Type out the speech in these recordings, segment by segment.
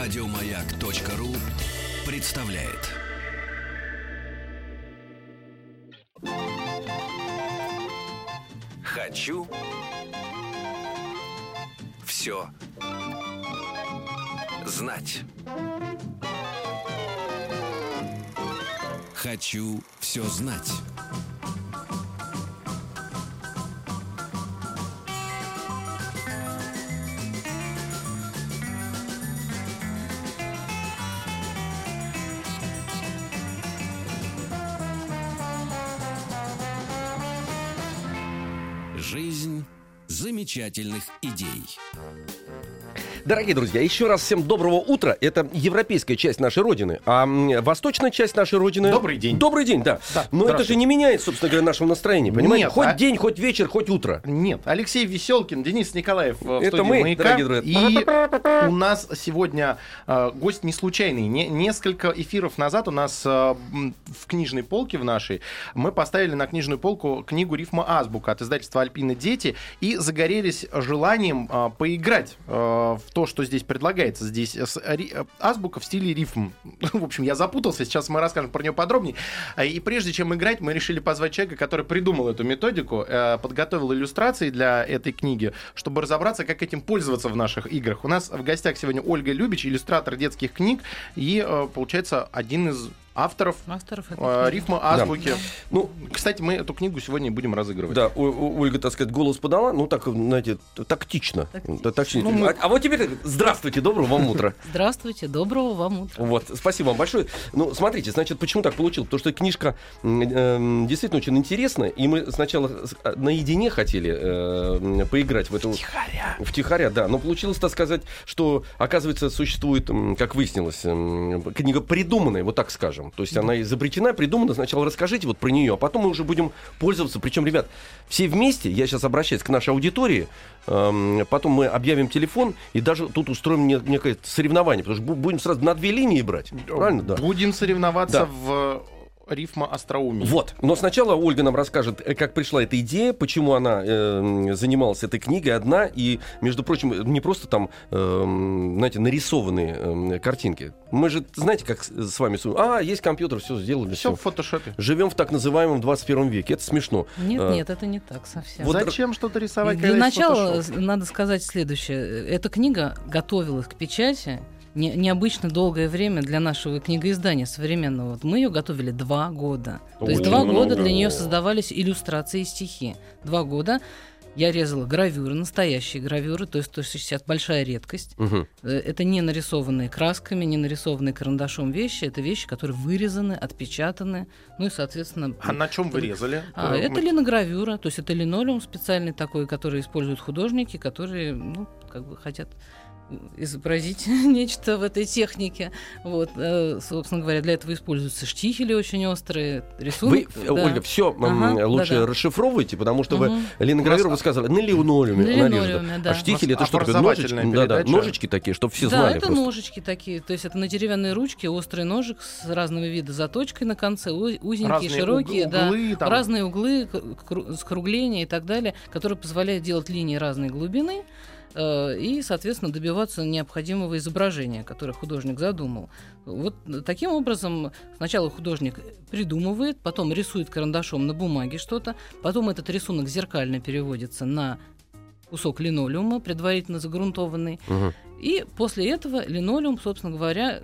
Радиомаяк.ру представляет. Хочу все знать. Хочу все знать. Жизнь замечательных идей. Дорогие друзья, еще раз всем доброго утра. Это европейская часть нашей Родины, а м, восточная часть нашей Родины... Добрый день. Добрый день, да. Да, Но это здравствуйте. же не меняет, собственно говоря, нашего настроения, понимаете? Нет, хоть а- день, хоть вечер, хоть утро. Нет, Алексей Веселкин, Денис Николаев э, в Это студии мы, «Маяка». дорогие И у нас сегодня э, гость не случайный. Не- несколько эфиров назад у нас э, м, в книжной полке в нашей мы поставили на книжную полку книгу «Рифма Азбука» от издательства «Альпины дети» и загорелись желанием э, поиграть э, в то, что здесь предлагается. Здесь э, с- ри- э, азбука в стиле рифм. Ну, В общем, я запутался, сейчас мы расскажем про нее подробнее. А, И прежде чем играть, мы решили позвать человека, который придумал эту методику, э, подготовил иллюстрации для этой книги, чтобы разобраться, как этим пользоваться в наших играх. У нас в гостях сегодня Ольга Любич, иллюстратор детских книг и, э, получается, один из авторов Авторов этой э, книги. рифма азбуки. Ну, Кстати, мы эту книгу сегодня и будем разыгрывать. да, О- О- Ольга, так сказать, голос подала, ну так, знаете, т- тактично. Тактично. Да, тактично. Ну, мы- а, а вот теперь здравствуйте, доброго вам утра. Здравствуйте, доброго вам утра. Вот, спасибо вам большое. Ну, смотрите, значит, почему так получилось? Потому что книжка м, эм, действительно очень интересная, и мы сначала с- а, наедине хотели э, м, поиграть в эту... Втихаря. Втихаря, да. Но получилось, так сказать, что, оказывается, существует, м, как выяснилось, м, книга придуманная, вот так скажем. То есть она изобретена, придумана. Сначала расскажите вот про нее, а потом мы уже будем пользоваться. Причем, ребят, все вместе, я сейчас обращаюсь к нашей аудитории, эм, потом мы объявим телефон и даже тут устроим не- некое соревнование, потому что бу- будем сразу на две линии брать. Правильно, да? Будем соревноваться Да. в э, рифма остроумии. Вот. Но сначала Ольга нам расскажет, э, как пришла эта идея, почему она эм, занималась этой книгой одна. И, между прочим, не просто там, эм, знаете, нарисованные эм, картинки. Мы же, знаете, как с с вами... су- А, есть компьютер, все сделали. Все Все. в фотошопе. Живем в так называемом 21 веке. Это смешно. Нет, Э, нет, это не так совсем. Вот Зачем что-то рисовать? Для когда есть начала э, фотошоп? надо сказать следующее. Эта книга готовилась к печати не- необычно долгое время для нашего книгоиздания современного. Вот мы ее готовили два года. То есть Очень два года много. для нее создавались иллюстрации и стихи. Два года я резала гравюры, настоящие гравюры, то есть 160 большая редкость. Мгм. Э, Это не нарисованные красками, не нарисованные карандашом вещи. Это вещи, которые вырезаны, отпечатаны. Ну и, соответственно... А на чем вы резали? А, Э, это мы- линогравюра, то есть это линолеум специальный такой, который используют художники, которые, ну, как бы хотят э, изобразить нечто в этой технике. Вот, э, собственно говоря, для этого используются штихели очень острые, Вы, рисунок. э, да. Ольга, все Ага, лучше да-да. расшифровывайте, потому что вы Мгм. Ленинградер У вы нас- сказали, на линолеуме На нарежу, линолеуме, да. А штихель У это нас что такое? Ножички, образовательная да, да, передача. ножички такие, чтобы все да, знали это ну просто. ножички такие, то есть это на деревянной ручке острый ножик с разного вида заточкой на конце, у- узенькие, Разные уг- широкие, да. углы, там. разные углы, к- кру- скругления и так далее, которые позволяют делать линии разной глубины э, и, соответственно, добиваться необходимого изображения, которое художник задумал. Вот таким образом сначала художник придумывает, потом рисует карандашом на бумаге что-то, потом этот рисунок зеркально переводится на кусок линолеума, предварительно загрунтованный, Мгм. и после этого линолеум, собственно говоря,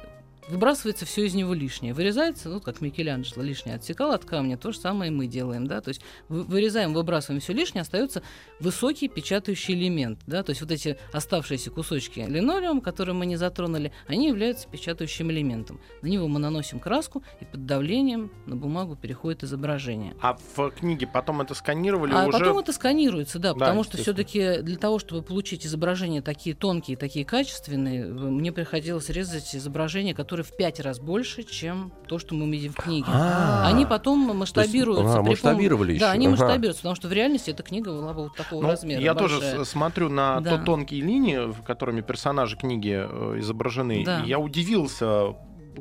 выбрасывается все из него лишнее. Вырезается, ну, как Микеланджело лишнее отсекал от камня, то же самое мы делаем, да, то есть вы- вырезаем, выбрасываем все лишнее, остается высокий печатающий элемент, да, то есть вот эти оставшиеся кусочки линолеума, которые мы не затронули, они являются печатающим элементом. На него мы наносим краску, и под давлением на бумагу переходит изображение. А в книге потом это сканировали А уже... потом это сканируется, да, Да, потому что естественно. все-таки для того, чтобы получить изображения такие тонкие, такие качественные, э, мне приходилось резать изображения, которые в пять раз больше, чем то, что мы видим в книге. А. Они потом масштабируются. а, при пом- масштабировали ещё, Да, они ага. масштабируются, потому что в реальности эта книга была бы вот такого Ну, размера. я большая. тоже с- смотрю на Да. то тонкие линии, в которыми персонажи книги э, изображены, Да. Ну, и я удивился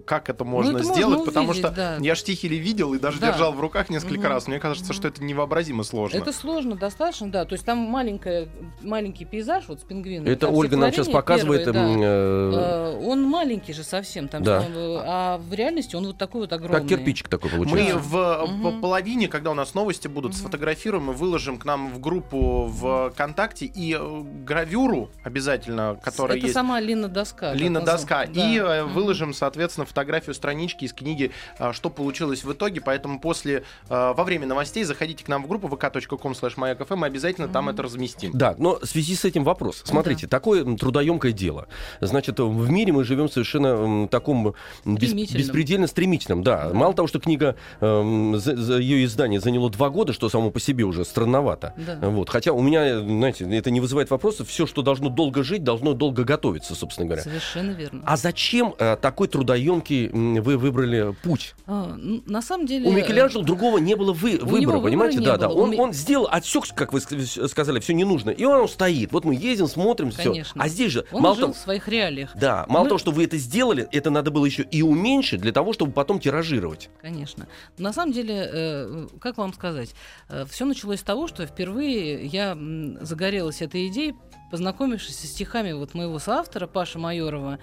как это можно это можно сделать, потому увидеть, что да. я ж тихили видел и даже Да. держал в руках несколько Мгм. раз. Мне кажется, что это невообразимо сложно. Это сложно достаточно, да. То есть там маленькая, маленький пейзаж вот с пингвинами. Это там Ольга нам сейчас стихотворение показывает. первое, да. эм, э, Э, Он маленький же совсем, там, Да. что он, э, а в реальности он вот такой вот огромный. Как кирпичик такой Мы получается. в Мгм. по- половине, когда у нас новости будут, Мгм. сфотографируем и выложим к нам в группу в ВКонтакте и э, гравюру обязательно, которая Это есть. сама Лина Доска. как Лина назов- Доска. да. И э, Мгм. выложим, соответственно, фотографию странички из книги э, «Что получилось в итоге». Поэтому после, э, во время новостей заходите к нам в группу vk.com slash mayak.fm, мы обязательно там это разместим. Да, но в связи с этим вопрос. Смотрите, такое м, трудоемкое дело. Значит, э, в мире мы живем совершенно м, таком м, бес- Стремительном. беспредельно стремительном. Да. Да. Мало того, что книга, эм, за- за ее издание заняло два года, что само по себе уже странновато. Да. Вот. Хотя у меня, э, знаете, это не вызывает вопросов. Все, что должно долго жить, должно долго готовиться, собственно говоря. Совершенно верно. А зачем э, такой трудоемкий м, вы выбрали путь? А, ну, на самом деле... У Микеланджело другого не было вы, него выбора, выбора понимаете? не Да, да. было. У Он, Ми- он сделал отсек, как вы ск- сказали, все не нужно. И он стоит. Вот мы ездим, смотрим, все. Конечно. А здесь же, э, Он мало жил того, в своих реалиях, да, мало Мы- того, что вы это сделали, это надо было еще и уменьшить для того, чтобы потом тиражировать. конечно. На самом деле, э, как вам сказать, все началось с того, что впервые я м, загорелась этой идеей, познакомившись со стихами вот моего соавтора Паши Майорова.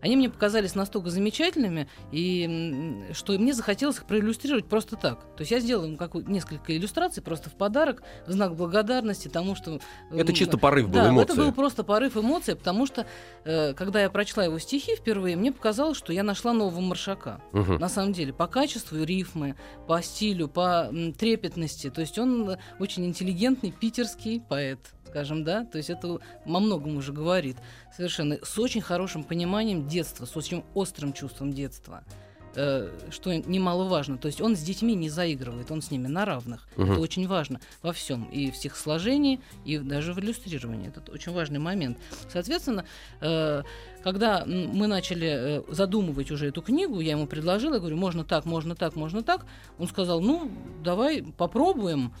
Они мне показались настолько замечательными, и м, что мне захотелось их проиллюстрировать просто так. То есть я сделала им какую- несколько иллюстраций просто в подарок, в знак благодарности тому, что... э, Это м, чисто порыв был, Да, эмоции. это был просто порыв эмоций, потому что, э, когда я прочла его стихи впервые, мне показалось, что я нашла нового маршака. Мгм. На самом деле, по качеству рифмы, по стилю, по м, трепетности. То есть он э, очень интеллигентный питерский поэт, скажем, да. То есть это во многом уже говорит. Совершенно. С очень хорошим пониманием детства, с очень острым чувством детства. Э, Что немаловажно. То есть он с детьми не заигрывает, он с ними на равных. Мгм. Это очень важно во всем. И в стихосложении, и даже в иллюстрировании. Это очень важный момент. Соответственно, э, когда м, мы начали э, задумывать уже эту книгу, я ему предложила, говорю, можно так, можно так, можно так. Он сказал, ну, давай попробуем.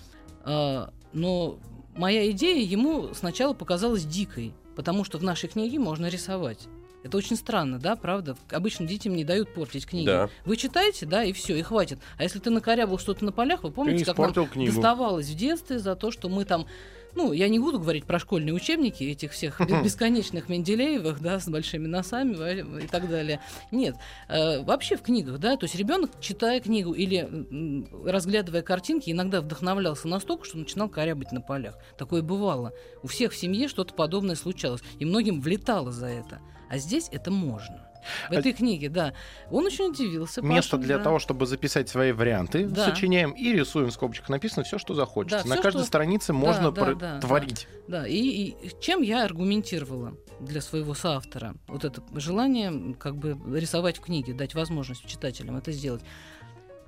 Э, Но моя идея ему сначала показалась дикой, потому что в нашей книге можно рисовать. Это очень странно, да, правда? Обычно детям не дают портить книги. Да. Вы читаете, да, и все, и хватит. А если ты накорябал что-то на полях, вы помните, как нам испортил книгу. доставалось в детстве за то, что мы там ну, я не буду говорить про школьные учебники этих всех бе- бесконечных Менделеевых, да, с большими носами ва- и так далее. Нет, э, вообще в книгах, да, то есть ребенок, читая книгу или м, разглядывая картинки, иногда вдохновлялся настолько, что начинал корябать на полях. Такое бывало. У всех в семье что-то подобное случалось, и многим влетало за это. А здесь это можно. В А- этой книге, да. Он очень удивился. Место Паша, для да. того, чтобы записать свои варианты, Да. сочиняем и рисуем в скобочках написано все, что захочется. Да, На всё, каждой что- странице можно да, про- да, творить. Да, и, и чем я аргументировала для своего соавтора вот это желание м, как бы рисовать в книге, дать возможность читателям это сделать.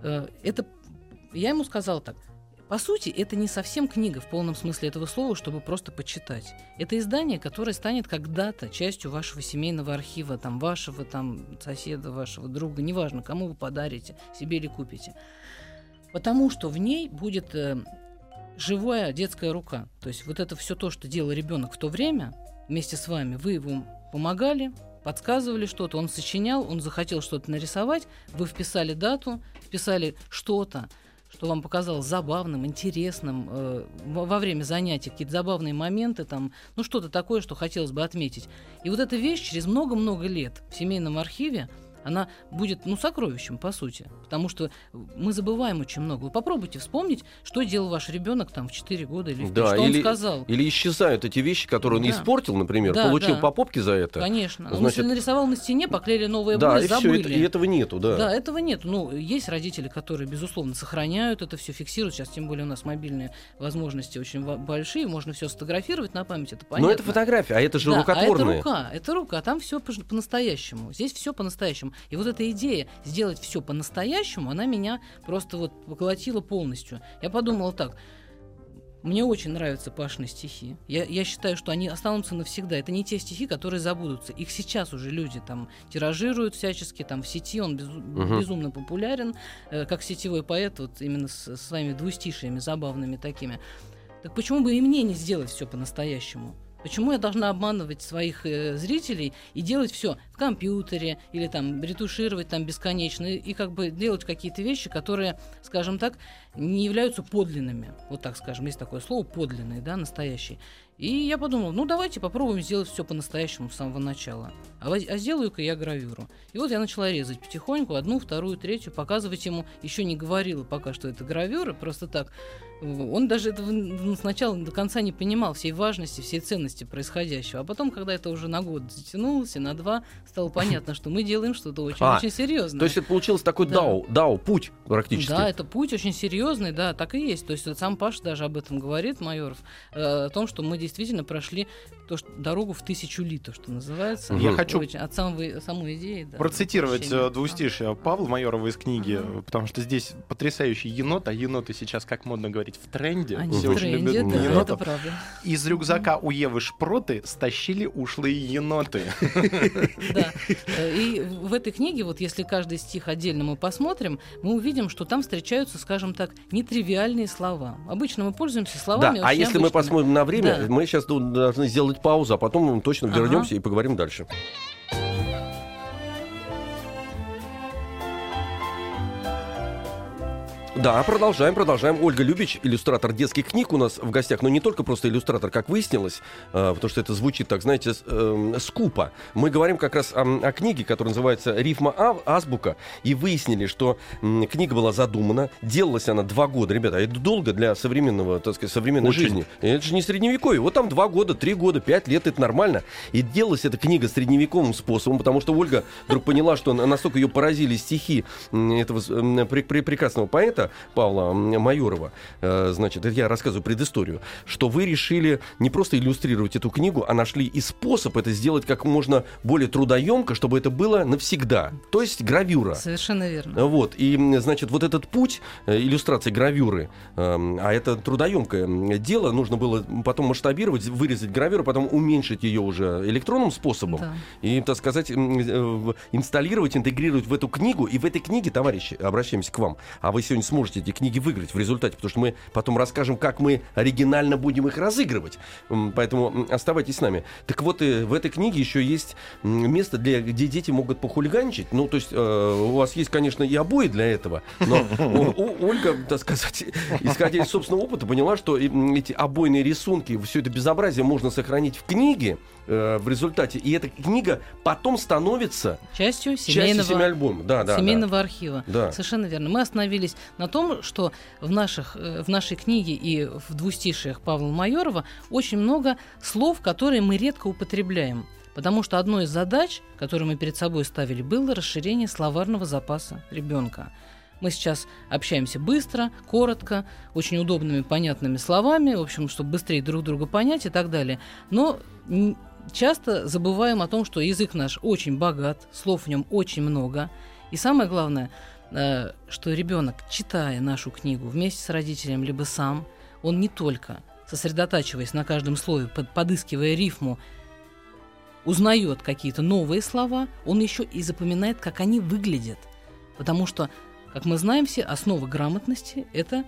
Э, Это я ему сказала так. По сути, это не совсем книга в полном смысле этого слова, чтобы просто почитать. Это издание, которое станет когда-то частью вашего семейного архива, там, вашего там, соседа, вашего друга, неважно, кому вы подарите, себе или купите. Потому что в ней будет э, живая детская рука. То есть вот это все то, что делал ребенок в то время, вместе с вами, вы его помогали, подсказывали что-то, он сочинял, он захотел что-то нарисовать, вы вписали дату, вписали что-то, что вам показалось забавным, интересным, э, во во время занятий какие-то забавные моменты, там, ну что-то такое, что хотелось бы отметить. И вот эта вещь через много-много лет в семейном архиве, она будет, ну, сокровищем, по сути. Потому что мы забываем очень много. Вы попробуйте вспомнить, что делал ваш ребенок там в 4 года или в Да, пять, что или- он сказал. Или исчезают эти вещи, которые он Да. испортил, например, Да, получил да. по попке за это. Конечно. Ну, Значит- если нарисовал на стене, поклеили новые Да, обои, и все, забыли. это- и этого нету, да. да. этого нет. Ну, есть родители, которые, безусловно, сохраняют это все, фиксируют. Сейчас, тем более, у нас мобильные возможности очень ва- большие, можно все сфотографировать на память, это понятно. Но это фотография, а это же Да, А это рукотворные. рука, это рука, там все по-настоящему. Здесь все по-настоящему. И вот эта идея сделать все по-настоящему, она меня просто вот поглотила полностью. Я подумала так. Мне очень нравятся Пашины стихи. Я, я считаю, что они останутся навсегда. Это не те стихи, которые забудутся. Их сейчас уже люди там тиражируют всячески, там в сети он безу- Мгм. безумно популярен, э, как сетевой поэт, вот именно с, с своими двустишиями забавными такими. Так почему бы и мне не сделать все по-настоящему? Почему я должна обманывать своих э, зрителей и делать все в компьютере или там ретушировать там бесконечно и, и как бы делать какие-то вещи, которые, скажем так, не являются подлинными. Вот так скажем, есть такое слово подлинные, да, настоящие. И я подумал, ну давайте попробуем сделать все по-настоящему с самого начала. А, воз- а сделаю-ка я гравюру. И вот я начала резать потихоньку одну, вторую, третью, показывать ему. Еще не говорила пока, что это гравюры, просто так. В- Он даже этого н- сначала до конца не понимал всей важности, всей ценности происходящего. А потом, когда это уже на год затянулось и на два, стало понятно, что мы делаем что-то очень, А, очень серьезное. То есть это получилось такой Да. дау, дау, путь практически. Да, это путь очень серьезный, да, так и есть. То есть вот сам Паша даже об этом говорит, майоров, э, о том, что мы действительно прошли то, что, дорогу в тысячу литов, что называется. Я Очень- хочу от самого, самой идеи. Да, Процитировать воплощения. э, двустишие Павла Майорова из книги, Ага. э, потому что здесь потрясающий енот, а еноты сейчас, как модно говорить, в тренде. Они Все в очень любят тренде, А, да, это енотов. правда. Из рюкзака у Евы Шпроты стащили ушлые еноты. Да. Э, И в этой книге, вот если каждый стих отдельно мы посмотрим, мы увидим, что там встречаются, скажем так, нетривиальные слова. Обычно мы пользуемся Да, словами. а очень если мы обычными. посмотрим на время, Да. мы сейчас должны сделать паузу, а потом мы точно Ага. вернемся и поговорим дальше. Да, продолжаем, продолжаем. Ольга Любич, иллюстратор детских книг у нас в гостях, но не только просто иллюстратор, как выяснилось, э, потому что это звучит так, знаете, с- эм, скупо. Мы говорим как раз о, м, о книге, которая называется «Рифма а- азбука», и выяснили, что м, книга была задумана, делалась она два года, ребята, а это долго для современного, так сказать, современной Очень. жизни. Это же не средневековье, вот там два года, три года, пять лет, это нормально. И делалась эта книга средневековым способом, потому что Ольга вдруг поняла, что на- настолько ее поразили стихи м, этого с- м, пре- пре- прекрасного поэта Павла м, Майорова, э, значит, это я рассказываю предысторию, что вы решили не просто иллюстрировать эту книгу, а нашли и способ это сделать как можно более трудоемко, чтобы это было навсегда. То есть гравюра. Совершенно верно. Вот, и, м, значит, вот этот путь э, иллюстрации гравюры, эм, а это трудоемкое м, дело, нужно было потом масштабировать, вырезать гравюру, потом уменьшить ее уже электронным способом Да. и, так сказать, м, э, в- инсталлировать, интегрировать в эту книгу. И в этой книге, товарищи, обращаемся к вам, а вы сегодня сможете эти книги выиграть в результате, потому что мы потом расскажем, как мы оригинально будем их разыгрывать. М, Поэтому м, оставайтесь с нами. Так вот, э, в этой книге еще есть м, место, для, где дети могут похулиганчить. Ну, то есть, э, у вас есть, конечно, и обои для этого, но о- о- Ольга, так сказать, исходя из собственного опыта, поняла, что и, м, эти обойные рисунки, все это безобразие можно сохранить в книге, э, в результате. И эта книга потом становится Частью частью семейного семиальбома. Да, да, да. семейного архива. Да. Совершенно верно. Мы остановились на том, что в, наших, э, в нашей книге и в двустишиях Павла Майорова очень много слов, которые мы редко употребляем. Потому что одной из задач, которую мы перед собой ставили, было расширение словарного запаса ребенка. Мы сейчас общаемся быстро, коротко, очень удобными, понятными словами, в общем, чтобы быстрее друг друга понять и так далее. Но м, часто забываем о том, что язык наш очень богат, слов в нем очень много. И самое главное, э, что ребенок, читая нашу книгу вместе с родителем, либо сам, он не только сосредотачиваясь на каждом слове, под- подыскивая рифму, узнает какие-то новые слова, он еще и запоминает, как они выглядят. Потому что, как мы знаем все, основа грамотности – это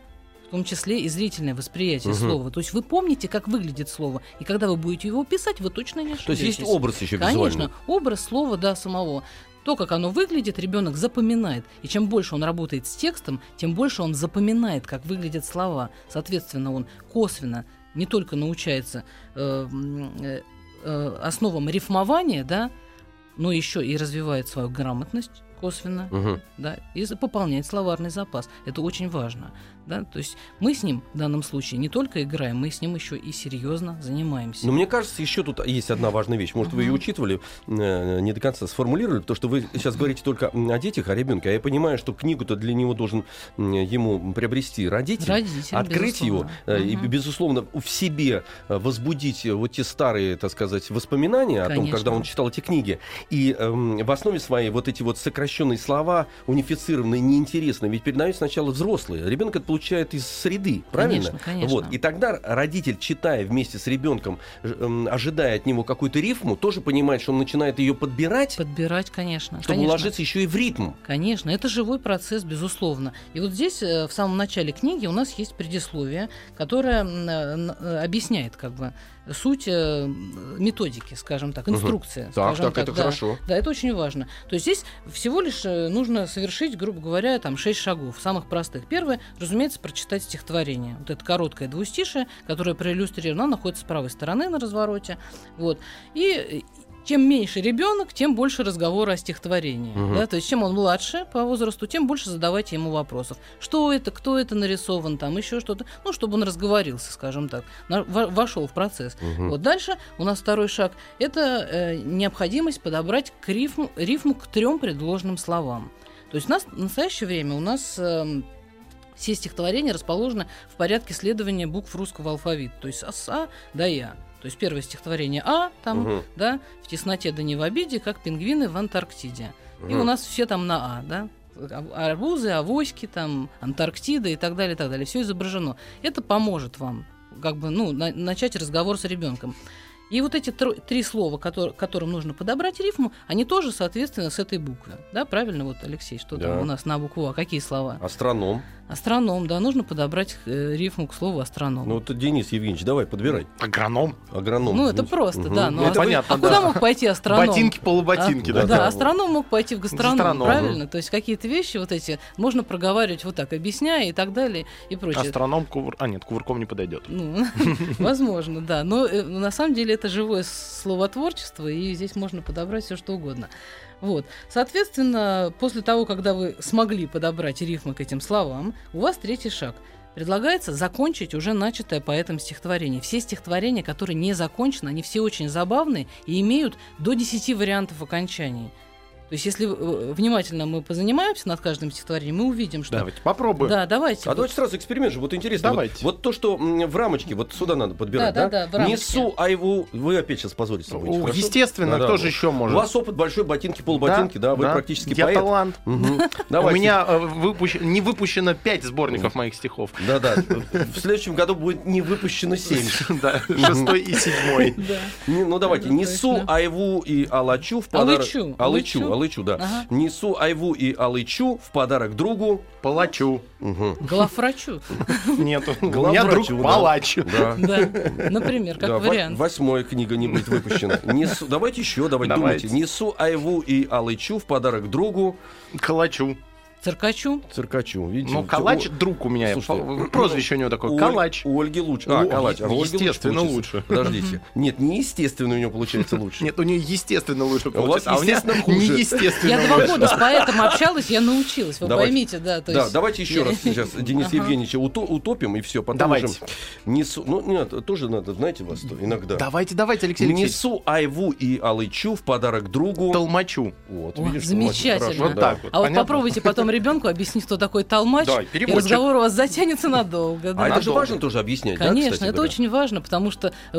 в том числе и зрительное восприятие Мгм. слова. То есть вы помните, как выглядит слово, и когда вы будете его писать, вы точно не ошибетесь. То есть есть образ еще Конечно, визуальный. образ слова, да, самого. То, как оно выглядит, ребенок запоминает. И чем больше он работает с текстом, тем больше он запоминает, как выглядят слова. Соответственно, он косвенно не только научается э, м, э, э, основам рифмования, да, но еще и развивает свою грамотность косвенно, Мгм. да, и за- пополняет словарный запас. Это очень важно. Да? То есть мы с ним в данном случае не только играем, мы с ним еще и серьезно занимаемся. Но мне кажется, еще тут есть одна важная вещь. Может, вы ее Мгм. учитывали, э, не до конца сформулировали, потому что вы сейчас говорите только м, о детях, о ребенке. А я понимаю, что книгу-то для него должен м, ему приобрести родитель. Родитель, открыть безусловно. его э, и, Мгм. безусловно, в себе э, возбудить э, вот те старые, так сказать, воспоминания о том, Конечно. когда он читал эти книги. И эм, в основе своей вот эти вот сокращенные слова, унифицированные, неинтересные, ведь передают сначала взрослые. Ребенок это получает из среды, правильно? Конечно, конечно. Вот. И тогда родитель, читая вместе с ребенком, ж- эм, ожидая от него какую-то рифму, тоже понимает, что он начинает ее подбирать, Подбирать, конечно. чтобы конечно. уложиться еще и в ритм. Конечно, это живой процесс, безусловно. И вот здесь, э, в самом начале книги, у нас есть предисловие, которое м, э, н- э, объясняет, как бы, суть э, методики, скажем так, Мгм. инструкция. Так, скажем так, это да. хорошо. Да, это очень важно. То есть здесь всего лишь э, нужно совершить, грубо говоря, там шесть шагов, самых простых. Первое, разумеется, прочитать стихотворение. Вот это короткое двустишее, которое проиллюстрировано, оно находится с правой стороны на развороте. Вот. И э, чем меньше ребенок, тем больше разговора о стихотворении. Мгм. Да? То есть чем он младше по возрасту, тем больше задавайте ему вопросов. Что это, кто это нарисован, там еще что-то. Ну, чтобы он разговорился, скажем так, на- во- вошел в процесс. Мгм. Вот дальше у нас второй шаг. Это э, необходимость подобрать к рифму, рифму к трем предложенным словам. То есть у нас в настоящее время у нас эм, все стихотворения расположены в порядке следования букв русского алфавита. То есть с А до Я. То есть первое стихотворение А, там, Мгм. да, в тесноте да не в обиде, как пингвины в Антарктиде. И у Мгм. нас все там на А, да? А- Арбузы, авоськи, там, Антарктида и так далее, и так далее. Все изображено. Это поможет вам, как бы, ну, на- начать разговор с ребенком. И вот эти тро- три слова, котор- которым нужно подобрать рифму, они тоже, соответственно, с этой буквы. Да, правильно, вот, Алексей, что Да. там у нас на букву А? Какие слова? Астроном. Астроном, да, нужно подобрать э, рифму к слову астроном. Ну, вот, Денис Евгеньевич, давай, подбирай. Агроном. Агроном. Ну, это Мгм. просто, да. Мгм. ну, Это а- понятно, а куда да. мог пойти астроном? Ботинки, полуботинки, А, да. да, да. астроном мог пойти в гастроном, Гастроном, правильно? То есть какие-то вещи вот эти можно проговаривать вот так, объясняя и так далее и прочее. Астроном кувыр... А, нет, кувырком не подойдет. Ну, возможно, да. Но э, на самом деле это живое словотворчество, и здесь можно подобрать все что угодно. Вот. Соответственно, после того, когда вы смогли подобрать рифмы к этим словам, у вас третий шаг. Предлагается закончить уже начатое поэтом стихотворение. Все стихотворения, которые не закончены, они все очень забавные и имеют до 10 вариантов окончаний. То есть, если э, внимательно мы позанимаемся над каждым стихотворением, мы увидим, что... Давайте попробуем. Да, давайте. А давайте сразу эксперимент же, вот интересно. вот- Давайте. Вот, то, что м, в рамочке, вот сюда надо подбирать, да? Да, да, да, в рамочке. Несу айву... Вы опять сейчас позволите О, слово. хорошо? естественно, Ну да, кто вот. же еще У может? вас опыт большой, ботинки, полботинки, да, вы практически Я поэт. талант. Мгм. Давайте. У меня э, выпущ- не выпущено 5 сборников моих стихов. Да-да, в следующем году будет не выпущено 7. Да, шестой и седьмой. Да. Ну давайте, Это несу точно. айву и алачу в подарок... Алычу, Алычу, алычу. алычу, да. Ага. Несу айву и алычу в подарок другу. Палачу. Мгм. Главврачу. Нет, у меня друг Главврачу, да. палач. Да. Да, например, Да, как во- вариант. Восьмая книга не будет выпущена. Несу, давайте еще, давайте, Давайте. думайте. Несу Айву и Алычу в подарок другу Калачу. Циркачу. циркачу. Видите, Ну, у- калач у- друг у меня. Слушайте, Фа- Прозвище у него у такое. Оль- Калач. У Ольги лучше. А, О, калач. а у Ольги естественно, получится. лучше. Подождите. Нет, неестественно у него получается лучше. Нет, у нее естественно лучше вас получится, а у меня естественно хуже. неестественно Я два лучше. года с поэтом общалась, я научилась, вы Давайте. поймите, да. То Да, есть- давайте еще раз сейчас Дениса Ага. Евгеньевича уто- утопим и все. Потом Давайте. уже несу. Ну, нет, тоже надо, знаете, вас то иногда. Давайте, давайте, Алексей Алексеевич. Несу Айву и Алычу в подарок другу. Толмачу. Вот, О, видишь, замечательно. Маша, Вот хорошо, да. так вот. А вот понятно? попробуйте потом ребенку объяснить, кто такой толмач, Да, и переводчик. разговор у вас затянется надолго. да. А это же Надолго. важно тоже объяснять, да, Конечно, кстати это говоря? очень важно, потому что э,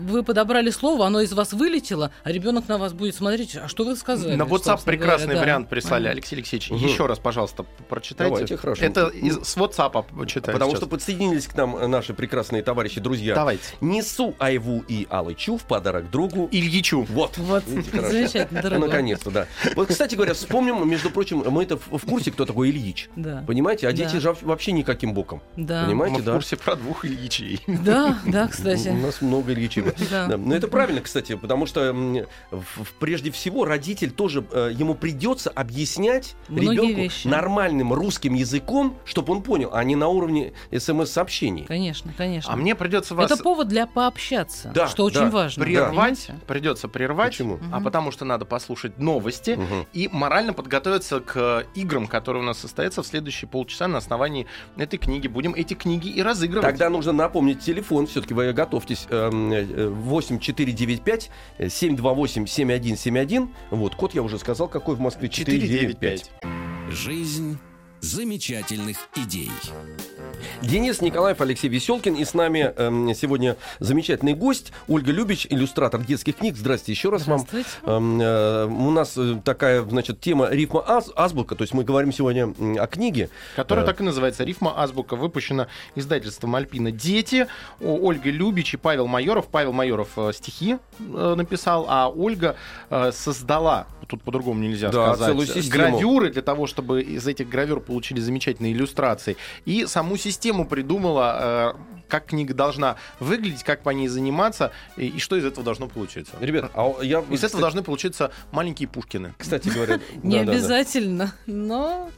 вы подобрали слово, оно из вас вылетело, а ребенок на вас будет смотреть, а что вы сказали? На WhatsApp собственно говоря, прекрасный да. вариант прислали. Понятно. Алексей Алексеевич, Мгм. еще раз, пожалуйста, прочитайте. Давайте, хорошо. Ну, Это из, с WhatsApp а, читайте. Потому что подсоединились к нам э, наши прекрасные товарищи, друзья. Давайте. Несу Айву и Алычу в подарок другу. Ильичу. Вот. Вот, Видите, хорошо. Ну, замечательно, дорогой. Наконец-то, да. Вот, кстати говоря, вспомним, между прочим, мы это в в курсе, кто такой Ильич. Да, Понимаете? А дети Да. же вообще- вообще никаким боком. да. Понимаете, Мы в да? курсе про двух Ильичей. Да, да, У кстати. нас много Ильичей. было. Да. Да. Но Ну, это правильно, кстати, потому что м, в- в- прежде всего родитель тоже, э, ему придется объяснять Многие ребенку вещи. нормальным русским языком, чтобы он понял, а не на уровне смс-сообщений. Конечно, конечно. А мне придется вас Это повод для пообщаться, Да, что очень да. важно. прервать. понимаете? Придется прервать. Почему? А Мгм. потому что надо послушать новости Мгм. и морально подготовиться к э, играм, которые у нас состоятся в следующие полчаса на основании этой книги. Будем эти книги и разыгрывать. Тогда нужно напомнить телефон, все-таки вы готовьтесь, эм, э, 8495 э, 728 7171. Вот, код я уже сказал, какой в Москве 495. 495. Жизнь замечательных идей. Денис Николаев, Алексей Веселкин. И с нами эм, сегодня замечательный гость Ольга Любич, иллюстратор детских книг. Здрасте еще раз вам. Здравствуйте. Эм, э, У нас э, такая, значит, тема рифма аз- азбука. То есть мы говорим сегодня м, о книге. которая Э. так и называется «Рифма Азбука», выпущена издательством «Альпина Дети». О- Ольга Любич и Павел Майоров. Павел Майоров э, стихи э, написал, а Ольга э, создала тут по-другому нельзя Да, сказать. целую систему. Гравюры для того, чтобы из этих гравюр получили замечательные иллюстрации. И саму систему придумала, э, как книга должна выглядеть, как по ней заниматься и, и что из этого должно получиться. Ребят, а о- я... Из этого должны получиться маленькие Пушкины. Кстати говоря... да, Не да, да. обязательно, но...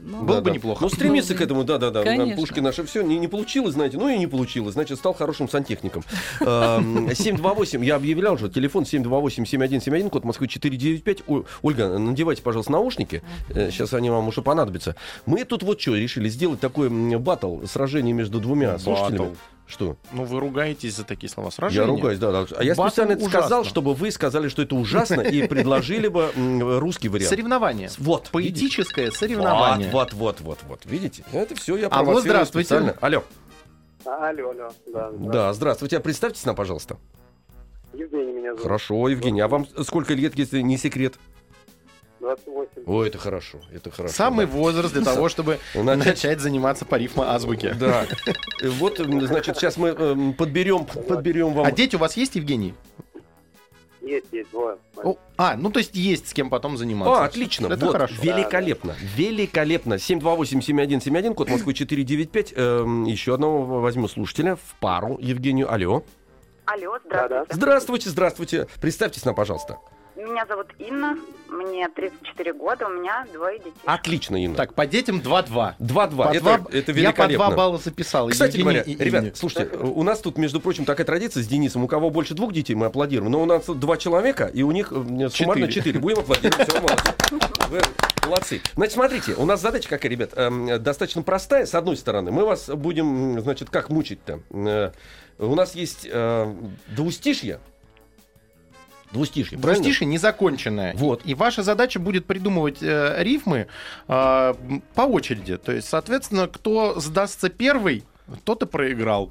но- Было Да, бы да. неплохо. Ну, стремиться к этому, да-да-да. Конечно. Пушкин наше все. Не, не получилось, знаете, ну и не получилось. Значит, стал хорошим сантехником. Эм, 728, я объявлял уже, телефон 728-7171, код Москвы 495. О, Ольга, надевайте, пожалуйста, наушники. Сейчас они вам уже понадобятся. Мы тут вот что решили сделать такой м, баттл, сражение между двумя Баттл. слушателями. Что? Ну, вы ругаетесь за такие слова. Я Сражение. ругаюсь, да, да. А я Баттл специально это сказал, ужасно. чтобы вы сказали, что это ужасно, и предложили бы м, русский вариант. Соревнование. Вот, видите? Поэтическое соревнование. Вот, вот, вот, вот, вот. Видите? Это все я Алло, провоцирую здравствуйте. специально. Алло. А, Алло, алло, да. Да, здравствуйте. А Представьтесь нам, пожалуйста. Евгений меня зовут. Хорошо, Евгений. А вам сколько лет, если не секрет? 28. О, это хорошо. Это хорошо. Самый да. возраст для того, чтобы Начать- начать заниматься по рифмоазбуке. Да. Э, Вот, м, значит, сейчас мы эм, подберем, подберем вам. А дети у вас есть, Евгений? Есть, есть, двое. О, а, ну то есть есть с кем потом заниматься. А, отлично. Это вот, хорошо. Великолепно. Великолепно. 728-7171, код Москвы 495. Эм, еще одного возьму слушателя в пару. Евгению, алло. Алло, Да-да. здравствуйте. Здравствуйте, здравствуйте. Представьтесь нам, пожалуйста. Меня зовут Инна, мне 34 года, у меня двое детей. Отлично, Инна. Так, по детям 2-2. 2-2. По Это, два- это великолепно. Я по 2 балла записал. Кстати Евгений говоря, и ребят, Инне. слушайте, у нас тут, между прочим, такая традиция с Денисом. У кого больше двух детей, мы аплодируем. Но у нас тут два человека, и у них э, суммарно Четыре. четыре. Будем аплодировать. Всё, молодцы. Вы молодцы. Значит, смотрите, у нас задача какая, ребят, эм, достаточно простая. С одной стороны, мы вас будем, м, значит, как мучить-то? Э, У нас есть э, двустишье. Двустишье, правильно? Двустишие незаконченное. Вот. И ваша задача будет придумывать э, рифмы э, м, по очереди. То есть, соответственно, кто сдастся первый, тот и проиграл.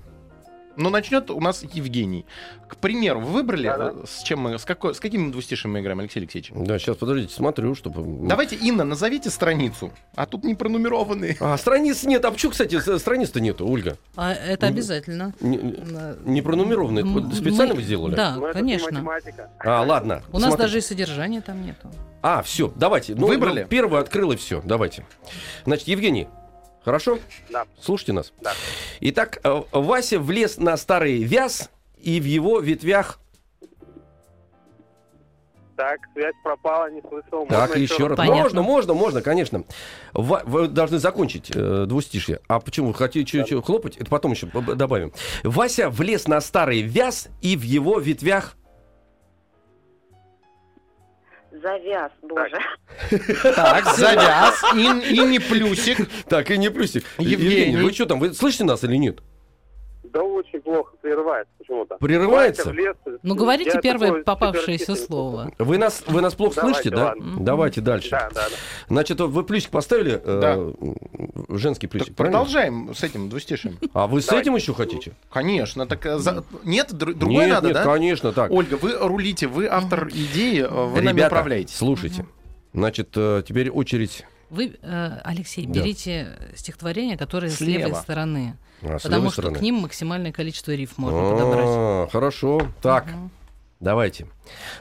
Но начнет у нас Евгений. К примеру, вы выбрали, Да-да. э, с чем мы, с, какой, с какими двустишими мы играем, Алексей Алексеевич? Да, сейчас, подождите, смотрю, чтобы... Давайте, Инна, назовите страницу. А тут не пронумерованные. А, страниц нет. А почему, кстати, с- страниц-то нету, Ольга? А это Мгм. обязательно. Не- Э, Не пронумерованные. м- Специально мы- вы сделали? Да, Ну, это не конечно. математика. А, ладно. У нас смотрите. даже и содержания там нету. А, все, давайте. Ну, Выбрали? ну, Первый открыл и все. Давайте. Значит, Евгений, хорошо? Да. Слушайте нас. Да. Итак, э, Вася влез на старый вяз, и в его ветвях... Так, связь пропала, не слышал. так, Можно еще раз. Понятно. Можно, можно, можно, конечно. Ва- Вы должны закончить э, двустишье. А почему? Хотите чё- чё хлопать? Это потом еще добавим. Вася влез на старый вяз, и в его ветвях... Завяз, боже. Так, завяз. Ин, и не плюсик. Так, и не плюсик. Евгений. вы что там, вы слышите нас или нет? Да очень плохо прерывается почему-то. Прерывается? Давайте в лес. Ну, Я говорите первое такой попавшееся суперартист. слово. Вы нас, вы нас плохо Давайте, слышите, да? ладно. Давайте дальше. Да, да, да. Значит, вы плюсик поставили, э, Да. м, женский плюсик, Так правильно? продолжаем с этим двустишим. А вы с Давайте. этим еще хотите? Конечно, так э, за- нет, дру- другое нет, надо, нет, да? конечно, так. Ольга, вы рулите, вы автор идеи, э, вы нами Ребята, управляете. слушайте. Значит, э, теперь очередь Вы, э, Алексей, Да. берите стихотворения, которые с Слева. левой стороны. а, с потому левой что стороны. к ним максимальное количество риф можно подобрать. Ну, А, Хорошо, так, Мгм. давайте.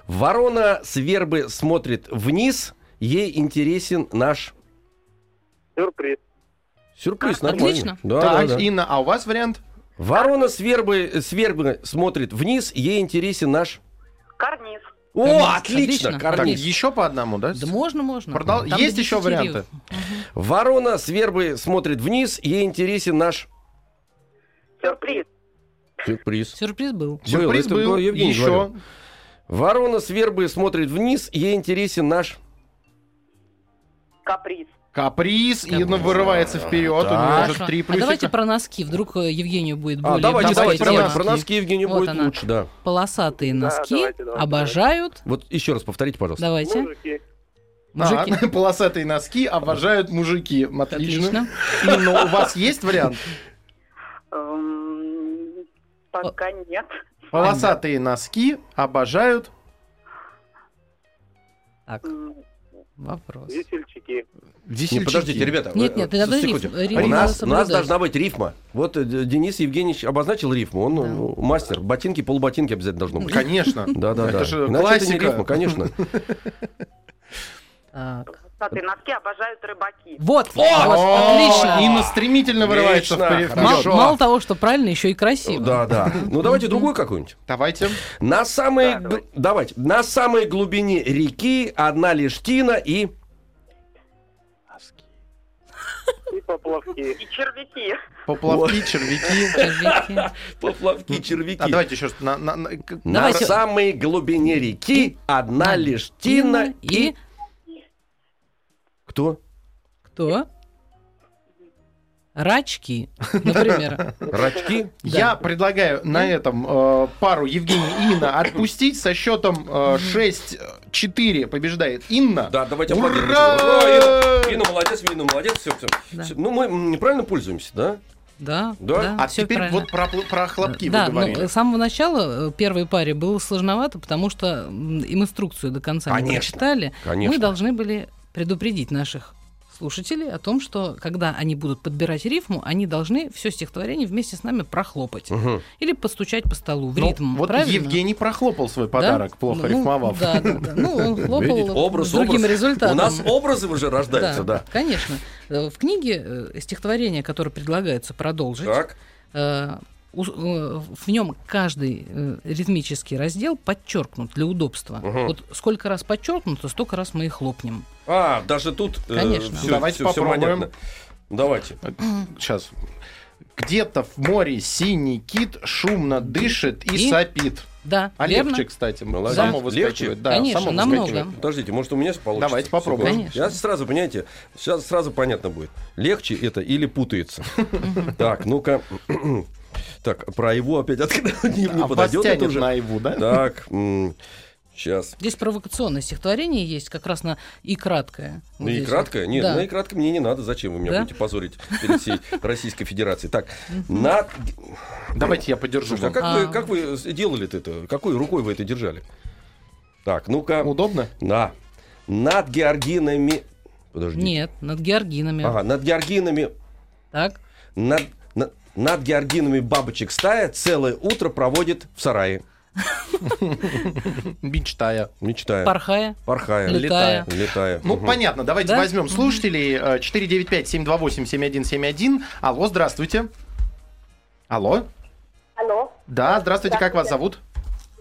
Ворона с вербы смотрит вниз, ей интересен наш Сюрприз. сюрприз. А, нормально. отлично. Да, так, да, да. Инна, а у вас вариант? Ворона с вербы, с вербы смотрит вниз, ей интересен наш... Карниз. О, Карниз, отлично, отлично. Так, карниз. Вниз. еще по одному, да? Да можно, можно. Продол- Там есть до еще 10 варианты? рифм. Мгм. Ворона с вербы смотрит вниз, ей интересен наш... Сюрприз. Сюрприз. Сюрприз был. Сюрприз это был, было, Евгений еще. говорил. Ворона с вербы смотрит вниз, ей интересен наш... Каприз. Каприз, Инна вырывается вперед, у нее Хорошо. уже три а плюсика. давайте про носки. Вдруг э, Евгению будет А, более давайте, близкая давайте, про тема. давайте. носки. Про носки Евгению Вот будет она. лучше, да. Полосатые Да, носки давайте, давайте, обожают. Вот еще раз повторите, пожалуйста. Давайте. Мужики. А, Мужики. полосатые носки обожают мужики. Отлично. Отлично. Инна, у вас есть вариант? Эм, Пока нет. Полосатые носки обожают Так, М, вопрос. Весельчики. Не, весельчики. подождите, ребята. Нет, вы- нет, надо риф- секунду. рифму У нас, надо у нас соблюдать. должна быть рифма. Вот э, Денис Евгеньевич обозначил рифму. Он э, мастер. Ботинки, полуботинки обязательно должно быть. Конечно. Да, да, да. Это же Иначе это не классика. рифма, конечно. Так. Волосатые носки обожают рыбаки. Вот, вот, О, отлично. Инна стремительно вырывается Отлично, вперед. Мал- Хорошо. мало того, что правильно, еще и красиво. Да, да. Ну давайте другой какой-нибудь. Давайте. На самой, Да, гл- давайте. давайте, на самой глубине реки одна лишь тина и И поплавки. И червяки. Поплавки, червяки. Червяки. поплавки, червяки. А давайте еще раз. на- на- на- к- На Давайте. самой глубине реки одна лишь тина и... и Кто? кто? Рачки, например. Рачки? Я предлагаю на этом э, пару Евгений и Инна отпустить со счетом э, 6-4 побеждает Инна. Да, давайте Ура! аплодируем. Ура! Инна, Инна, молодец, Инна, молодец, все, все. Да. Ну, мы м, неправильно пользуемся, да? Да, Да? да, А всё теперь правильно. вот про, пл- про хлопки да, вы говорили. ну, с самого начала э, первой паре было сложновато, потому что м, им инструкцию до конца не Конечно, прочитали. конечно. Мы должны были предупредить наших слушателей о том, что когда они будут подбирать рифму, они должны все стихотворение вместе с нами прохлопать. Мгм. Или постучать по столу в Ну, ритм. вот правильно? Евгений прохлопал свой Да? подарок, плохо Ну, рифмовав. Да, да, да. Ну, он Видите, хлопал образ, с другим образ. результатом. У нас образы уже рождаются, да. Конечно. Э, В книге э, стихотворение, которое предлагается продолжить, Так, э, ус- э, в нем каждый э, ритмический раздел подчеркнут для удобства. Мгм. Вот сколько раз подчеркнуто, столько раз мы и хлопнем. а, даже тут Конечно. все, Ну, Давайте попробуем. понятно. Давайте. Сейчас. Где-то в море синий кит шумно дышит и, И? сопит. Да, А верно? легче, кстати, Молодец. само Легче? выскакивает. Да, Конечно, само намного. выскакивает. Подождите, может, у меня получится? Давайте попробуем. Всё, Конечно. Я сразу, понимаете, сейчас сразу понятно будет. Легче это или путается. Так, ну-ка. Так, про его опять открыл. Не А не вас подойдет это тянет уже. наяву, да? Так, сейчас. Здесь провокационное стихотворение есть как раз на «и краткое». Вот Ну и здесь кратко? вот. Нет, Да. ну и кратко мне не надо. Зачем вы меня Да? будете позорить перед всей Российской Федерацией? Так, на... Давайте я подержу. Слушай, а вам. как, А. Вы, как вы делали-то это? Какой рукой вы это держали? Так, ну-ка. Удобно? На. Над Георгинами... Подожди. Нет, над георгинами. Ага, над Георгинами... Так, Над, на- над Георгинами бабочек стая целое утро проводит в сарае, Мечтая. мечтая, порхая, порхая, летая. летая. Ну, Мгм. понятно, давайте Да? возьмем слушателей. Э, 495-728-7171. Алло, здравствуйте. Алло. Алло, Да, здравствуйте, как вас зовут?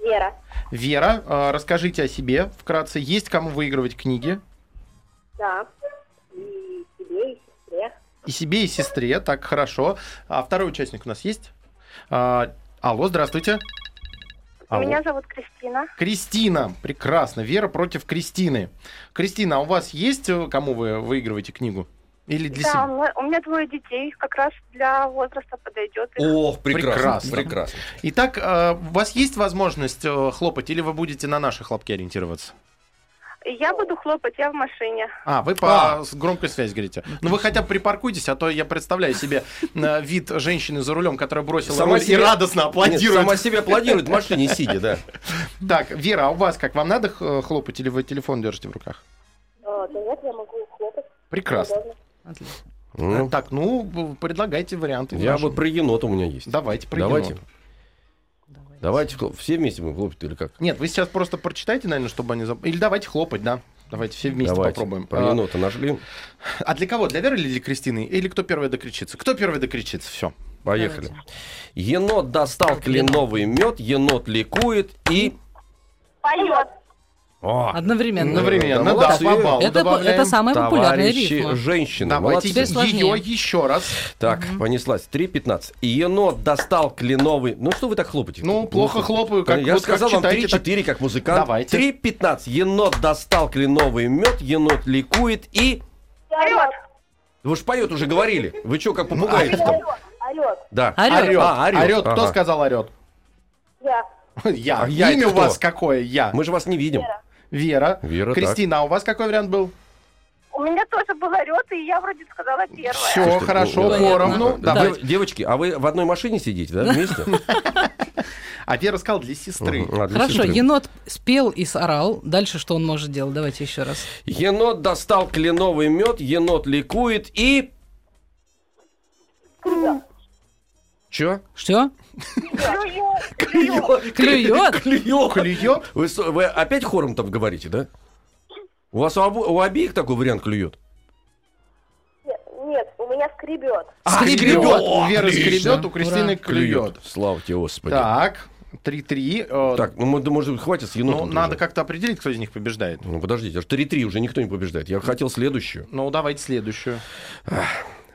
Вера. Вера, э, расскажите о себе вкратце. Есть кому выигрывать книги? Да. И тебе, и сестре. И себе, и сестре, так хорошо. А второй участник у нас есть? А, алло, здравствуйте. Алло. Меня зовут Кристина. Кристина, прекрасно. Вера против Кристины. Кристина, а у вас есть, э, кому вы выигрываете книгу? Или для да, себя? у меня, у меня двое детей, как раз для возраста подойдет. их. О, прекрасно, Прекрасно. прекрасно. Итак, э, у вас есть возможность э, хлопать, или вы будете на наши хлопки ориентироваться? Я буду хлопать, я в машине. А, вы по с- громкой связи говорите. Ну, вы хотя бы припаркуйтесь, а то я представляю себе э, вид женщины за рулем, которая бросила Сама руль и себе- радостно аплодирует. Нет, сама себе аплодирует, в машине сидя, да. Так, Вера, а у вас как, вам надо э, хлопать или вы телефон держите в руках? Да нет, я могу хлопать. Прекрасно. Отлично. Ну, Так, ну, б- предлагайте варианты. Я ваши. вот про енота у меня есть. Давайте, про Давайте, енота. Давайте. давайте, хлоп- все вместе будем хлопать или как? Нет, вы сейчас просто прочитайте, наверное, чтобы они... заб- Или давайте хлопать, да. Давайте все вместе Давайте. попробуем. Про А, енота нашли, а для кого? Для Веры или для Кристины? Или кто первый докричится? Кто первый докричится? Все. поехали. Давайте. Енот достал кленовый мед, енот ликует и... Поет. О, Одновременно. Одновременно, да, молодцы. попал. Это, по- Добавляем. это самая популярная Товарищи рифма. женщины, Давайте молодцы. Теперь сложнее. ее еще раз. Так, понеслась. 3.15. Енот достал кленовый... Ну что вы так хлопаете? Ну, плохо хлопаю, как Я вот же сказал как вам читаете, так- 3-4, как музыкант. Давайте. 3.15. Енот достал кленовый мед, енот ликует и... Орет. Вы же поет уже говорили. Вы что, как попугаи? А? там? Орет. Да. Орёт. Орет. А, орёт. Орет. Кто Ага. сказал орет? Я. Я. А я это Имя у кто? вас какое? Я. Мы же вас не видим. Вера. Вера, Кристина, а у вас какой вариант был? У меня тоже был орет, и я вроде сказала первая. Все, Слушайте, хорошо, ну, понятно. поровну. Да, Давайте. дев- Девочки, а вы в одной машине сидите, да, вместе? А Вера сказал для сестры. Мгм. А, для Хорошо, сестры. енот спел и сорал. Дальше что он может делать? Давайте еще раз. Енот достал кленовый мед, енот ликует и... Чё? Что? Клюет. Клюет? Клюет. Клюет? Вы, с- вы опять хором там говорите, да? У вас у, обо- у обеих такой вариант клюет? Нет, нет, у меня скребет. Скребет. У Отлично. Веры А, скребет, у Кристины клюет. Слава тебе, Господи. Так, 3-3. э, Так, ну, мы- да, может, быть, хватит с ну, енотом. надо как-то определить, кто из них побеждает. Ну, подождите, аж 3-3 уже никто не побеждает. Я хотел следующую. Ну, давайте следующую.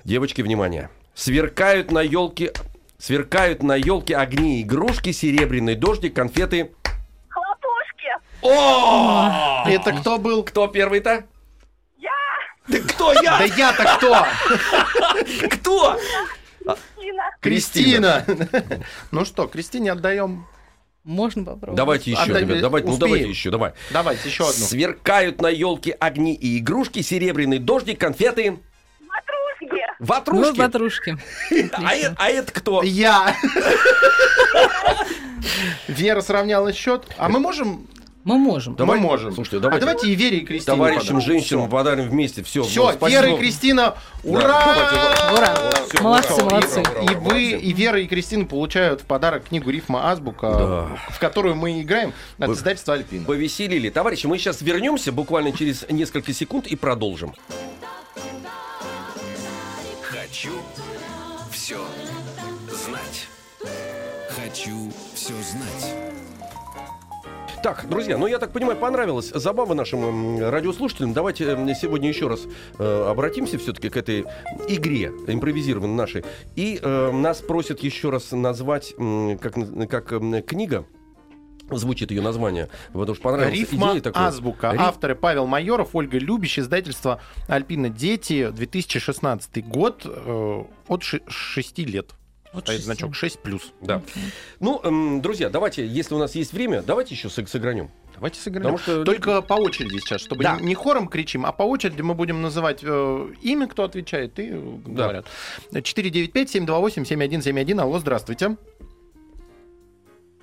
Девочки, внимание. Сверкают на елке... Сверкают на елке огни игрушки, серебряный дождик, конфеты. Хлопушки! О! Это кто был? Кто первый-то? Я! Ты кто я? Да я-то кто? Кто? Тина! Кристина. Кристина. Ну что, Кристине отдаем. Можно попробовать. Давайте еще, Отдай- ребят, давайте, ну успеем. давайте еще, давай. Давайте еще одну. Сверкают на елке огни и игрушки, серебряный дождик, конфеты, Матрушки! ватрушки. Ну, ватрушки. а, э- а это кто? Я. Вера сравняла счет. А мы можем? Мы можем. Ну, Давай- Мы можем. Слушайте, А давайте, давайте и Вере, и Кристине. товарищам, женщинам подарим вместе. Все, Все, Вера и Кристина, Ну, давайте, ура! Ура! всё, молодцы, ура, молодцы. ура, ура. И вы, и Вера, и Кристина получают в подарок книгу «Рифма Азбука», в которую мы играем от Вы- издательства «Альпина». Повеселили. Товарищи, мы сейчас вернемся буквально через несколько секунд и продолжим. Хочу все знать. Хочу все знать. Так, друзья, ну я так понимаю, понравилась забава нашим м, радиослушателям. Давайте м, сегодня еще раз э, обратимся все-таки к этой игре импровизированной нашей. И э, нас просят еще раз назвать, м, как, наз- как м, книга, звучит ее название, потому что понравилась «Рифма идея такой. Азбука». а Риф- Авторы Павел Майоров, Ольга Любич, издательство «Альпина Дети», 2016 год, э, от 6 лет. От Стоит шести. значок 6+. Да. Ну, м, друзья, давайте, если у нас есть время, давайте еще сыг- сыгранем. Давайте Потому сыграем. что Только по очереди сейчас, чтобы Да. не- не хором кричим, а по очереди мы будем называть э, имя, кто отвечает, и э, говорят. 495-728-7171. Алло, здравствуйте.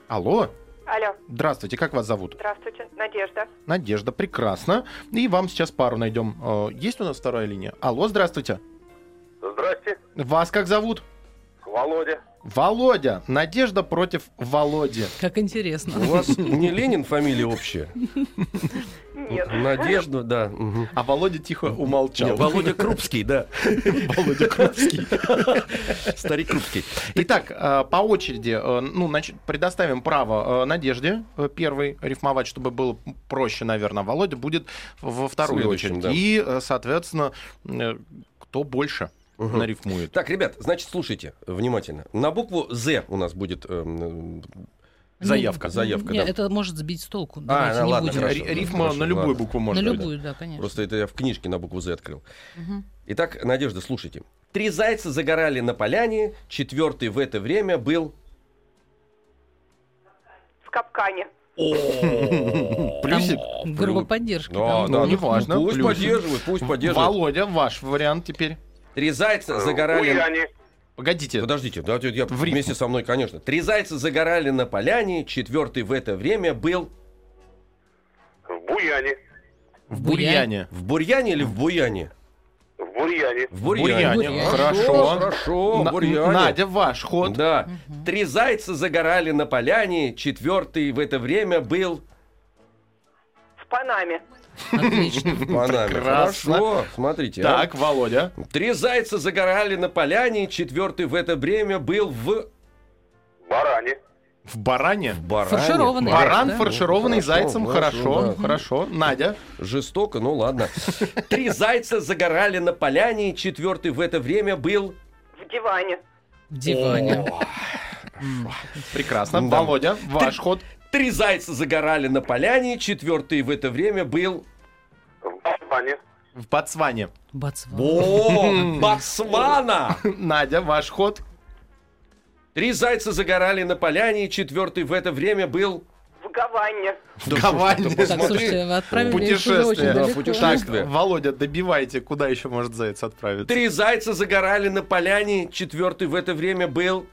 Алло, Алло, здравствуйте, как вас зовут? здравствуйте, Надежда. Надежда, прекрасно. И вам сейчас пару найдем. Э, есть у нас вторая линия? Алло, здравствуйте. Здрасте, Вас как зовут? Володя. Володя. Надежда против Володи. Как интересно. Ну, у вас не Ленин фамилия общая? Ну, Нет. Надежда, да. мгм. А Володя тихо умолчал. Не, Володя Крупский, да. Володя Крупский. Старик Крупский. Итак, э, по очереди, э, ну, нач- предоставим право э, Надежде э, первой рифмовать, чтобы было проще, наверное, а Володя будет во вторую Следующим, очередь. да. И, э, соответственно, э, кто больше Мгм. нарифмует. Так, ребят, значит, слушайте внимательно. На букву З у нас будет эм, м, Заявка. заявка. Не, да. это может сбить с толку. Давайте ну не ладно, будем. хорошо. Ри- Рифма хорошо, на любую ладно. букву можно. На да. любую, да, конечно. Просто это я в книжке на букву З открыл. Мгм. Итак, Надежда, слушайте. Три зайца загорали на поляне, четвертый в это время был... В капкане. Плюсик. Там группа поддержки. Да, там. да, Ну, да. неважно, Пусть плюсик. поддерживают, пусть поддерживают. Володя, ваш вариант теперь. Три зайца загорали... Ульяне. Погодите. Подождите, да, я- я В вместе рифму. со мной, конечно. Три зайца загорали на поляне, четвертый в это время был... В Буяне. В Бурьяне. В Бурьяне или в Буяне? В Бурьяне. В Бурьяне. Бурьяне. Хорошо, Хорошо. хорошо, в На- Бурьяне. Надя, ваш ход. Да. Три зайца загорали на поляне, четвертый в это время был В Панаме. Отлично. в Панаме. Прекрасно. Хорошо, смотрите. а. Так, Володя. Три зайца загорали на поляне, четвертый в это время был в... Баране. В баране. Баране. Фаршированный. Баран. Ну, Баран, Да. фаршированный Хорошо, зайцем, хорошо, хорошо, да. хорошо. Надя. Жестоко, ну ладно. Три зайца загорали на поляне, четвертый в это время был... В диване. В диване. Прекрасно. Да. Володя, ваш ход. Три зайца загорали на поляне, четвертый в это время был... В Басмане. В Ботсване. Бацван. О, Бацмана! Надя, ваш ход. Три зайца загорали на поляне, четвертый в это время был... В Гаване. В Гаване. Так, слушайте, вы отправили их уже очень Путешествие. Да, далеко. путешествие. Так, Володя, добивайте, куда еще может заяц отправиться? Три зайца загорали на поляне, четвертый в это время был...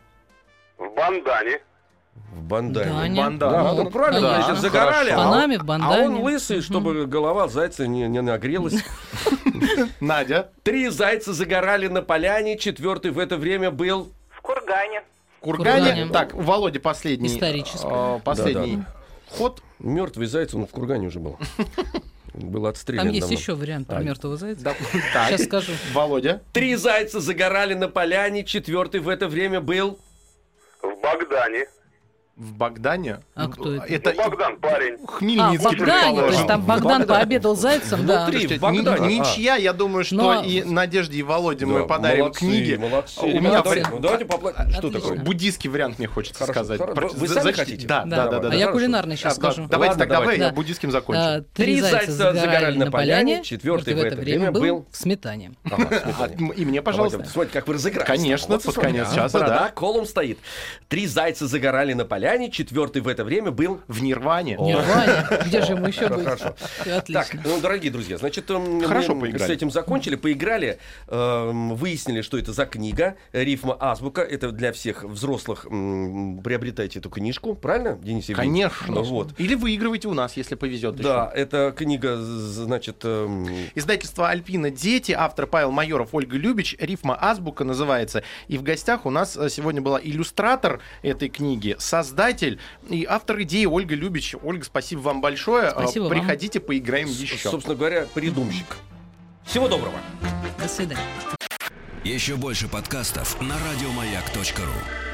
В Бандане. В Даня. Бандане. ну, правильно, конечно. они сейчас загорали. В а он- Панаме, в А он Бандане. лысый, чтобы голова зайца не, не нагрелась. Надя, Три зайца загорали на поляне, четвертый в это время был... В Кургане. Кургане. Кургане. Так, у Володи последний. Историческое. э, Последний ход. Мертвый заяц, он в кургане уже был. Был отстрелян. Там есть давно. еще вариант про А. мертвого зайца. Да, так. Сейчас скажу. Володя. Три зайца загорали на поляне, четвертый в это время был... В Богдане. В Богдане? А кто это? Ну, Богдан, парень. А, в Хмельницкий, Богдане, то есть предположим. там Богдан Богдан. пообедал зайцем, А, да. Внутри, в Ни- Богдане. Ничья, я думаю, что Ну, а- и Надежде и Володе А. Да, мы подарим молодцы, книги. Молодцы. У Ребята, меня давайте, вариант. ну, давайте поплатим. Что Отлично. такое? Буддийский вариант мне хочется Хорошо, сказать. хоро- Про- вы за- сами защитить. хотите? Да, да, да. Давай. да. А я Хорошо. кулинарный сейчас Да, скажу. Давайте Ладно, тогда вы, давай. я Да. буддийским А, закончим. Три зайца загорали на поляне, четвертый четвертый в это время был в сметане. А, м- И мне, пожалуйста. Давайте, смотрите, как вы разыгрались. Конечно, Вот под смотрите, конец а, часа, да. да. колом стоит. Три зайца загорали на поляне, четвертый в это время был... В Нирване. Нирване. Где же ему еще быть? Хорошо. Так, Отлично. ну, дорогие друзья, значит, эм, Хорошо мы поиграли. с этим закончили, поиграли, эм, выяснили, что это за книга, рифма азбука, это для всех взрослых, м, приобретайте эту книжку, правильно, Денис Евгеньевич? Конечно. ну Вот. Или выигрывайте у нас, если повезет. еще. Да, это книга, значит, эм, Издательство «Альпина. Дети», автор Павел Майоров, Ольга Любич, рифма «Азбука» называется. И в гостях у нас э, сегодня была иллюстратор этой книги, создатель и автор идеи Ольга Любич. Ольга, спасибо вам большое. Э, Спасибо вам. Приходите, поиграем еще. собственно говоря, придумщик. Всего доброго. До свидания. Еще больше подкастов на радиомаяк.ру.